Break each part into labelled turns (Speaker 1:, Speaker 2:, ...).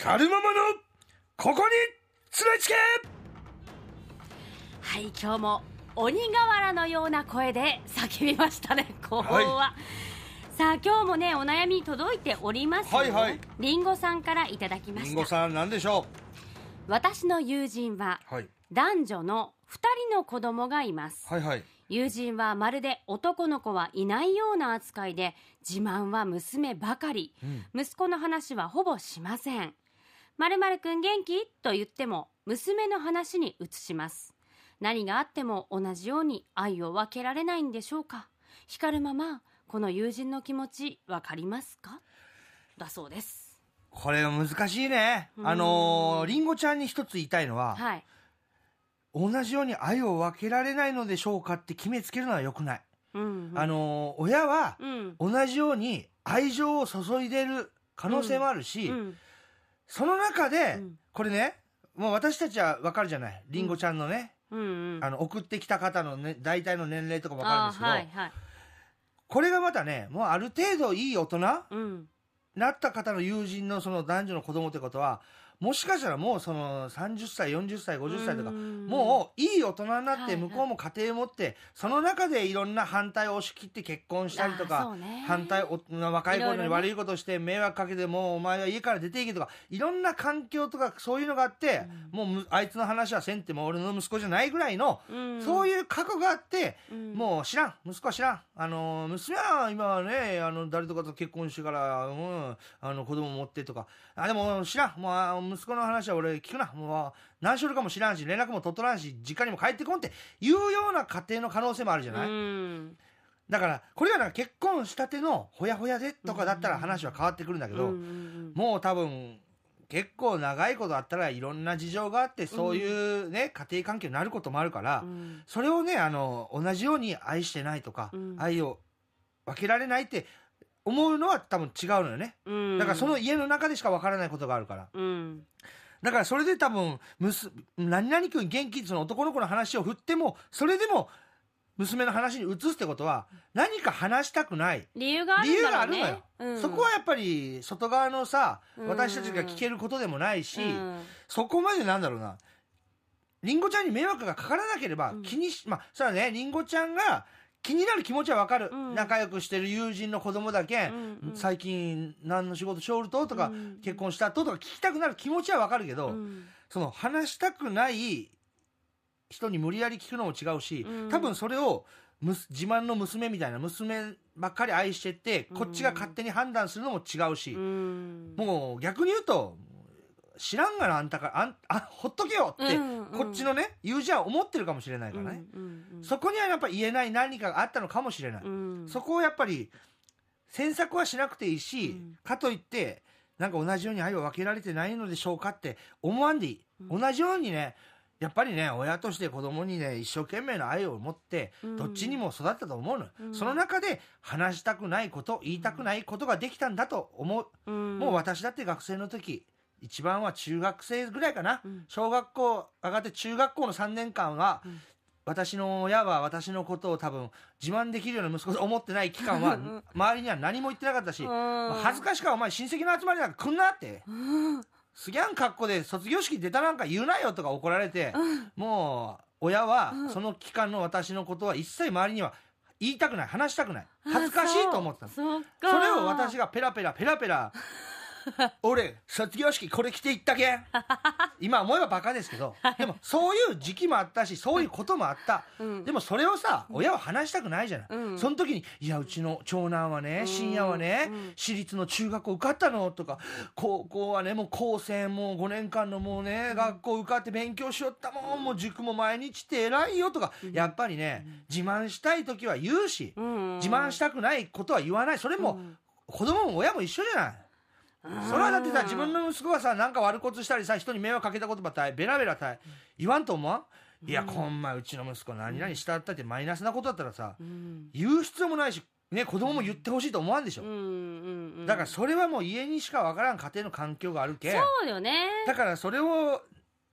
Speaker 1: カルママのここにつらいつけ
Speaker 2: はい今日も鬼瓦のような声で叫びましたね後方は、
Speaker 1: は
Speaker 2: さあ今日もねお悩み届いておりますよ
Speaker 1: はいはい
Speaker 2: りんごさんからいただきま
Speaker 1: り
Speaker 2: し
Speaker 1: んご
Speaker 2: た
Speaker 1: さんなんでしょ
Speaker 2: 私の友人は
Speaker 1: う、はい、
Speaker 2: 男女の2人の子供がいます
Speaker 1: はいはい
Speaker 2: 友人はまるで男の子はいないような扱いで自慢は娘ばかり
Speaker 1: うん
Speaker 2: 息子の話はほぼしませんまるまるくん元気と言っても娘の話に移します何があっても同じように愛を分けられないんでしょうか光るママこの友人の気持ちわかりますかだそうです
Speaker 1: これは難しいね
Speaker 2: うん
Speaker 1: あのーりんごちゃんに一つ言いたいのは、
Speaker 2: はい
Speaker 1: 同じように愛を分けられないのでしょうかって決めつけるのは良くない、
Speaker 2: うんうん
Speaker 1: あのー親は
Speaker 2: うん
Speaker 1: 同じように愛情を注いでる可能性もあるし、
Speaker 2: うん
Speaker 1: その中で、
Speaker 2: うん
Speaker 1: これねもう私たちは分かるじゃないりんごちゃんのね、
Speaker 2: うんうん
Speaker 1: あの送ってきた方の、ね、大体の年齢とか分かるんですけど、
Speaker 2: あーはいはい
Speaker 1: これがまたねもうある程度いい大人
Speaker 2: うん
Speaker 1: なった方の友人のその男女の子供ってことはもしかしたらもうその30歳40歳50歳とか、
Speaker 2: うん
Speaker 1: もういい大人になっ
Speaker 2: はいは
Speaker 1: て
Speaker 2: い
Speaker 1: 向こうも家庭持ってその中でいろんな反対を押し切って結婚したりと
Speaker 2: あー
Speaker 1: か
Speaker 2: そうね
Speaker 1: 反対お若い
Speaker 2: い
Speaker 1: 頃
Speaker 2: ろいろ
Speaker 1: に
Speaker 2: ね
Speaker 1: 悪いことして迷惑かけてもうお前は家から出ていけとかいろんな環境とかそういうのがあって、もうむあいつの話はせんってもう俺の息子じゃないぐらいの、
Speaker 2: うん
Speaker 1: そういう過去があって、
Speaker 2: うん
Speaker 1: もう知らん息子は知らんあの娘は今はねあの誰とかと結婚してから、うん、あの子供持ってとかあでも知らんもうあ息子の話は俺聞くなもう何しょるかも知らんし連絡も取っとらんし実家にも帰ってこんっていうような家庭の可能性もあるじゃない、
Speaker 2: うん
Speaker 1: だからこれがなんか結婚したてのほやほやでとかだったら話は変わってくるんだけど、
Speaker 2: うんうんうん
Speaker 1: もう多分結構長いことあったらいろんな事情があってそういうね、家庭環境になることもあるから、
Speaker 2: うん
Speaker 1: それをねあの同じように愛してないとか、
Speaker 2: うん
Speaker 1: 愛を分けられないって思うのは多分違うのよね
Speaker 2: うん
Speaker 1: だからその家の中でしか分からないことがあるから
Speaker 2: うん
Speaker 1: だからそれで多分むす何々君元気その男の子の話を振ってもそれでも娘の話に移すってことは何か話したくない
Speaker 2: 理由があるんだろう
Speaker 1: 理由がある
Speaker 2: ねうん
Speaker 1: そこはやっぱり外側のさ
Speaker 2: うん
Speaker 1: 私たちが聞けることでもないし、
Speaker 2: うん
Speaker 1: そこまでなんだろうなりんごちゃんに迷惑がかからなければ
Speaker 2: うん
Speaker 1: 気にし、まあそれはねりんごちゃんが気になる気持ちはわかる、
Speaker 2: うん
Speaker 1: 仲良くしてる友人の子供だけ、
Speaker 2: うんうん
Speaker 1: 最近何の仕事しおるととか、
Speaker 2: うん
Speaker 1: 結婚したととか聞きたくなる気持ちはわかるけど、
Speaker 2: うん
Speaker 1: その話したくない人に無理やり聞くのも違うし、
Speaker 2: うん
Speaker 1: 多分それをむす自慢の娘みたいな娘ばっかり愛してってこっちが勝手に判断するのも違うし、
Speaker 2: うん
Speaker 1: もう逆に言うと知らんがなあんたからあんあほっとけよって、
Speaker 2: うんうん
Speaker 1: こっちのね友人は思ってるかもしれないからね、
Speaker 2: うんうんうん
Speaker 1: そこにはやっぱ言えない何かがあったのかもしれない、
Speaker 2: うん
Speaker 1: そこをやっぱり詮索はしなくていいし、
Speaker 2: うん
Speaker 1: かといってなんか同じように愛を分けられてないのでしょうかって思わんでいい、
Speaker 2: うん
Speaker 1: 同じようにねやっぱりね親として子供にね一生懸命の愛を持って
Speaker 2: うん
Speaker 1: どっちにも育ったと思うの、
Speaker 2: うん
Speaker 1: その中で話したくないこと言いたくないことができたんだと思う
Speaker 2: うん
Speaker 1: もう私だって学生の時一番は中学生ぐらいかな、
Speaker 2: うん
Speaker 1: 小学校上がって中学校の3年間は、
Speaker 2: うん
Speaker 1: 私の親は私のことを多分自慢できるような息子と思ってない期間
Speaker 2: う
Speaker 1: は
Speaker 2: ん
Speaker 1: 周りには何も言ってなかったし、
Speaker 2: うん
Speaker 1: 恥ずかしかお前親戚の集まりなんか来んなって、
Speaker 2: うん
Speaker 1: すぎゃん格好で卒業式出たなんか言うなよとか怒られて、もう親は
Speaker 2: うん
Speaker 1: その期間の私のことは一切周りには言いたくない話したくない恥ずかしいと思ってたの
Speaker 2: あそうそっか
Speaker 1: それを私がペラペラペラペ ラ俺卒業式これ着て行ったけん 今思えばバカですけどでもそういう時期もあったしそういうこともあった
Speaker 2: うん
Speaker 1: でもそれをさ親は話したくないじゃない、
Speaker 2: うん
Speaker 1: その時に「いやうちの長男はね
Speaker 2: うん
Speaker 1: 深夜はね、
Speaker 2: うん
Speaker 1: 私立の中学校受かったの」とか「高校はねもう高専もう5年間のもうね、学校受かって勉強しよったもんもう塾も毎日って偉いよ」とか、やっぱりね自慢したい時は言うし、
Speaker 2: うん
Speaker 1: 自慢したくないことは言わないそれも
Speaker 2: うん
Speaker 1: 子供も親も一緒じゃない
Speaker 2: うん
Speaker 1: それはだってさ自分の息子がさなんか悪骨したりさ人に迷惑かけたことばったいベラベラたい言わんと思わんいやこんまうちの息子何々したったってマイナスなことだったらさ
Speaker 2: うん
Speaker 1: 言う必要もないしね子供も言ってほしいと思わんでし
Speaker 2: う
Speaker 1: ょ
Speaker 2: んうんうん
Speaker 1: だからそれはもう家にしかわからん家庭の環境があるけん
Speaker 2: そうよね
Speaker 1: だからそれを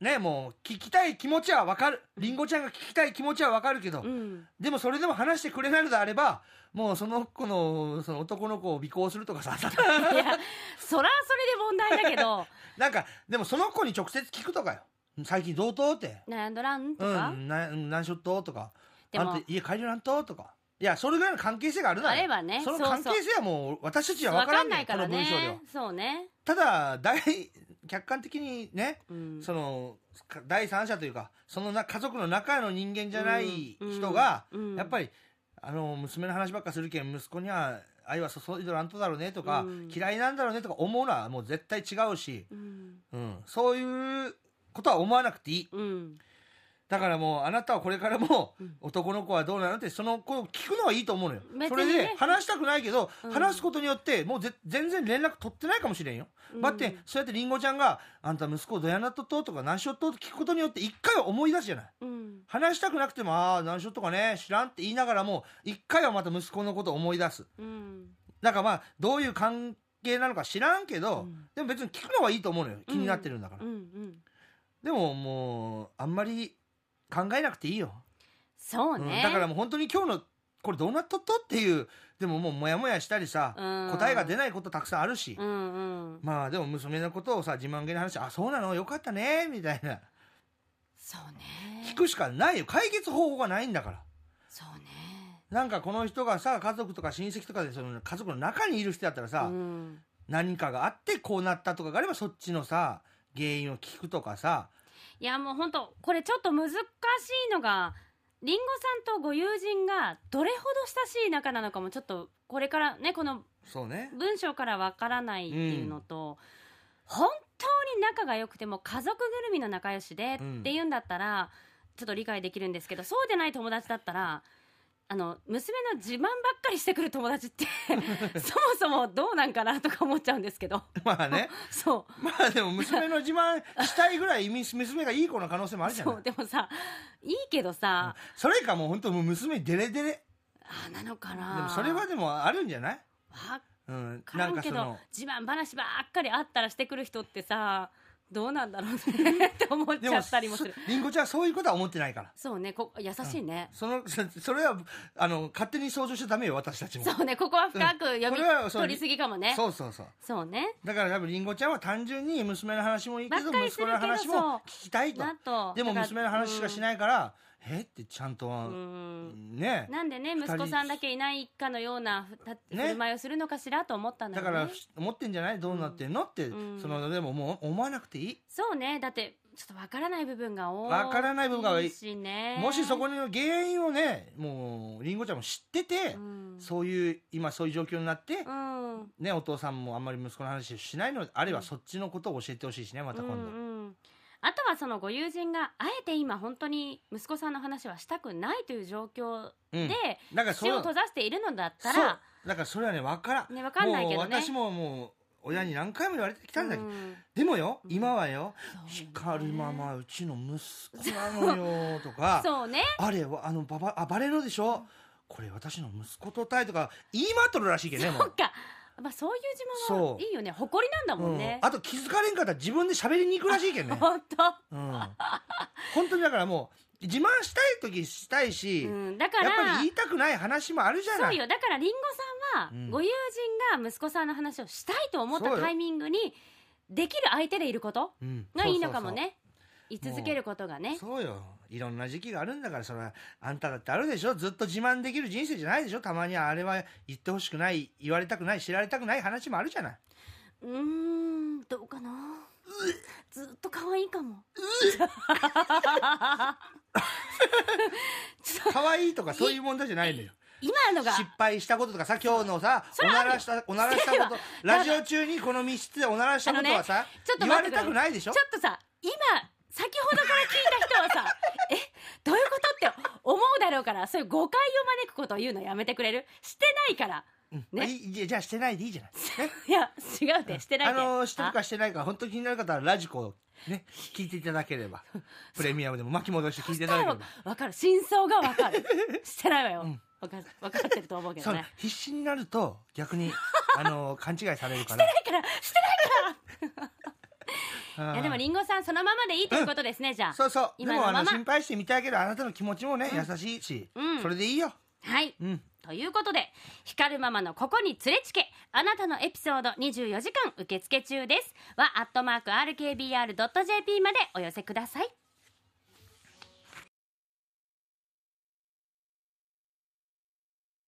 Speaker 1: ねもう聞きたい気持ちはわかるりんごちゃんが聞きたい気持ちはわかるけど
Speaker 2: うん
Speaker 1: でもそれでも話してくれないのであればもうその子のその男の子を尾行するとかさ
Speaker 2: いやそらそれで問題だけど
Speaker 1: なんかでもその子に直接聞くとかよ最近どうとって
Speaker 2: 悩んどらんと
Speaker 1: う
Speaker 2: か、
Speaker 1: んな何しょっととか
Speaker 2: で
Speaker 1: あ
Speaker 2: も
Speaker 1: んた家帰りなんととかいやそれぐらいの関係性があるな
Speaker 2: あればね
Speaker 1: その
Speaker 2: そうそう
Speaker 1: 関係性はもう私たちは
Speaker 2: わ
Speaker 1: 分か
Speaker 2: からん
Speaker 1: ん
Speaker 2: な
Speaker 1: ね
Speaker 2: い
Speaker 1: ん
Speaker 2: か
Speaker 1: こ
Speaker 2: ら
Speaker 1: の文章では
Speaker 2: ねそうね、
Speaker 1: ただ大客観的にね
Speaker 2: うん、
Speaker 1: そのか第三者というかそのな家族の中の人間じゃない
Speaker 2: うん
Speaker 1: 人が、
Speaker 2: うん
Speaker 1: やっぱりあの娘の話ばっかするけん息子には愛は注いどらんとだろうねとか、
Speaker 2: うん
Speaker 1: 嫌いなんだろうねとか思うのはもう絶対違うし、
Speaker 2: うん
Speaker 1: うん、そういうことは思わなくていい
Speaker 2: うん
Speaker 1: だからもうあなたはこれからも
Speaker 2: うん
Speaker 1: 男の子はどうなのってその子を聞くのはいいと思うのよ、
Speaker 2: 別にね
Speaker 1: それで話したくないけど、
Speaker 2: うん
Speaker 1: 話すことによってもうぜ全然連絡取ってないかもしれんよ、だってそうやってりんごちゃんが「あんた息子どやなっとっと?」とか「何しよっと?」って聞くことによって一回は思い出すじゃない
Speaker 2: うん
Speaker 1: 話したくなくても「ああ何しよっとかね知らん」って言いながらも一回はまた息子のことを思い出す
Speaker 2: うん
Speaker 1: だからまあどういう関係なのか知らんけど、
Speaker 2: うん
Speaker 1: でも別に聞くのはいいと思うのよ気になってるんだから、
Speaker 2: うんうん
Speaker 1: でももうあんまり考えなくていいよ
Speaker 2: そうね、
Speaker 1: うんだからもう本当に今日のこれどうなっとっとっていうでももうモヤモヤしたりさ、
Speaker 2: うん
Speaker 1: 答えが出ないことたくさんあるし、
Speaker 2: うんうん
Speaker 1: まあでも娘のことをさ自慢げな話あそうなのよかったねみたいな
Speaker 2: そうね
Speaker 1: 聞くしかないよ解決方法がないんだから
Speaker 2: そうね
Speaker 1: なんかこの人がさ家族とか親戚とかでその家族の中にいる人だったらさ、
Speaker 2: うん
Speaker 1: 何かがあってこうなったとかがあればそっちのさ原因を聞くとかさ
Speaker 2: いやもう本当これちょっと難しいのがりんごさんとご友人がどれほど親しい仲なのかもちょっとこれからねこの
Speaker 1: そうね
Speaker 2: 文章からわからないっていうのと、本当に仲が良くても家族ぐるみの仲良しで
Speaker 1: うん
Speaker 2: っていうんだったら、ちょっと理解できるんですけどそうでない友達だったらあの娘の自慢ばっかりしてくる友達って そもそもどうなんかなとか思っちゃうんですけど
Speaker 1: まあね
Speaker 2: そ
Speaker 1: まあでも娘の自慢したいぐらい娘がいい子の可能性もあ
Speaker 2: う
Speaker 1: るじゃ
Speaker 2: そ
Speaker 1: ないう
Speaker 2: でもさいいけどさ、
Speaker 1: それかもう本当もう娘デレデレ
Speaker 2: あなのかな
Speaker 1: でもそれはでもあるんじゃない
Speaker 2: わ
Speaker 1: うん、
Speaker 2: からんけ
Speaker 1: なん
Speaker 2: ど
Speaker 1: か
Speaker 2: 自慢話ばっかりあったらしてくる人ってさどうなんだろうねって思っ
Speaker 1: その
Speaker 2: ちゃったりもする
Speaker 1: そりんごちゃんはそういうことは思ってないから
Speaker 2: そうねこ優しいね、
Speaker 1: そのそそれはあの勝手に想像しちゃダメよ私たちも
Speaker 2: そうねここは深く読
Speaker 1: こ
Speaker 2: み
Speaker 1: れはそう
Speaker 2: 取りすぎかもねそう
Speaker 1: そうそうそう
Speaker 2: ね
Speaker 1: だから多分りんごちゃんは単純に娘の話もいいけ
Speaker 2: ば
Speaker 1: ど
Speaker 2: っかり
Speaker 1: 息
Speaker 2: する
Speaker 1: 子
Speaker 2: けど
Speaker 1: の話も聞きたいと
Speaker 2: なと
Speaker 1: でも
Speaker 2: だから
Speaker 1: 娘の話しかしないから、えってちゃんと、
Speaker 2: うんうん
Speaker 1: ね
Speaker 2: なんでね
Speaker 1: 二人
Speaker 2: 息子さんだけいないかのようなふた振る舞いをするのかしらと思ったんだ
Speaker 1: だ
Speaker 2: よ
Speaker 1: か
Speaker 2: ね
Speaker 1: ら思ってんじゃないどうなってんのって、
Speaker 2: うん
Speaker 1: そのでももう思わなくていい
Speaker 2: そうねだってちょっとわからない部分が多い
Speaker 1: わからない部分が多い
Speaker 2: しね
Speaker 1: もしそこの原因をねもうりんごちゃんも知ってて、
Speaker 2: うん
Speaker 1: そういう今そういう状況になって、
Speaker 2: うん
Speaker 1: ね、お父さんもあんまり息子の話しないのであれ
Speaker 2: う
Speaker 1: ば
Speaker 2: ん
Speaker 1: そっちのことを教えてほしいしねまた今度、
Speaker 2: うんうんあとはそのご友人があえて今本当に息子さんの話はしたくないという状況
Speaker 1: うん
Speaker 2: で
Speaker 1: だからそ
Speaker 2: 口を
Speaker 1: う
Speaker 2: 閉ざしているのだった
Speaker 1: そう
Speaker 2: ら
Speaker 1: だからそれはね分からん
Speaker 2: ねわかんないけど
Speaker 1: も
Speaker 2: ね
Speaker 1: う私ももう親に何回も言われてきたんだけど、
Speaker 2: うん
Speaker 1: でもよ
Speaker 2: うん
Speaker 1: 今はよ、
Speaker 2: そうね
Speaker 1: 光ママうちの息子なのよとか
Speaker 2: そうね
Speaker 1: あれはあのババあバレのでしょこれ私の息子とたいとか言いまっとるらしいけどねも
Speaker 2: そっ
Speaker 1: う、
Speaker 2: かまあそういう自慢は
Speaker 1: そう
Speaker 2: いいよね誇りなんだもんね
Speaker 1: うん、あと気づかれんかったら自分で喋りに行くらしいけどね
Speaker 2: 本当
Speaker 1: うん、本当にだからもう自慢したい時したいし、
Speaker 2: うんだか
Speaker 1: やっぱり
Speaker 2: ら
Speaker 1: 言いたくない話もあるじゃ
Speaker 2: そ
Speaker 1: な
Speaker 2: う
Speaker 1: い
Speaker 2: よだからりんごさん
Speaker 1: う
Speaker 2: は
Speaker 1: ん
Speaker 2: ご友人が息子さんの話をしたいと思っ
Speaker 1: そ
Speaker 2: た
Speaker 1: うよ
Speaker 2: タイミングにできる相手でいること
Speaker 1: うん
Speaker 2: がいいのかもね居続けることが
Speaker 1: そ
Speaker 2: ね
Speaker 1: うそうそうよいろんな時期があるんだからそれはあんただってあるでしょずっと自慢できる人生じゃないでしょたまにはあれは言ってほしくない言われたくない知られたくない話もあるじゃないう
Speaker 2: ーんどうかなずっと可愛いかも
Speaker 1: 可愛いとかそういう問題じゃないのよ
Speaker 2: 今のが
Speaker 1: 失敗したこととかさ今日のさ
Speaker 2: そ
Speaker 1: お
Speaker 2: れは
Speaker 1: な
Speaker 2: あるよ
Speaker 1: らしたおならしたことラジオ中にこの密室でおならしたことはさ、
Speaker 2: ちょっと
Speaker 1: 言わ
Speaker 2: 待っ
Speaker 1: れ
Speaker 2: て
Speaker 1: たくないでしょ
Speaker 2: ちょっとさ今先ほどから聞いた人はさ えどういうことって思うだろうからそういう誤解を招くことを言うのやめてくれるしてないから
Speaker 1: うん
Speaker 2: ね
Speaker 1: いいじゃあじゃあしてないでいい じゃない
Speaker 2: いや違うってしてない
Speaker 1: あ
Speaker 2: って
Speaker 1: のしてるかしてないか本当に気になる方はラジコをね聞いていただけれ ばプレミアムでも巻き戻して聞いていただければ
Speaker 2: 分かる真相が分 かるしてないわよ、
Speaker 1: うん
Speaker 2: わか分かってると思うけ
Speaker 1: そ
Speaker 2: ど
Speaker 1: う
Speaker 2: ね
Speaker 1: 必死になると逆 にあの勘違いされるから
Speaker 2: だから してない
Speaker 1: うん
Speaker 2: いやでもりんごさんそのままでいいということですね、じゃあ
Speaker 1: そうそうで
Speaker 2: 今の
Speaker 1: もあ
Speaker 2: ま
Speaker 1: の
Speaker 2: ま
Speaker 1: 心配してみたいけどあなたの気持ちもね優しいし
Speaker 2: うん
Speaker 1: それでいいよ
Speaker 2: はい
Speaker 1: うん
Speaker 2: ということで光るママのここに連れちけあなたのエピソード24時間受付中です。は、アットマーク RKBR.jp までお寄せください。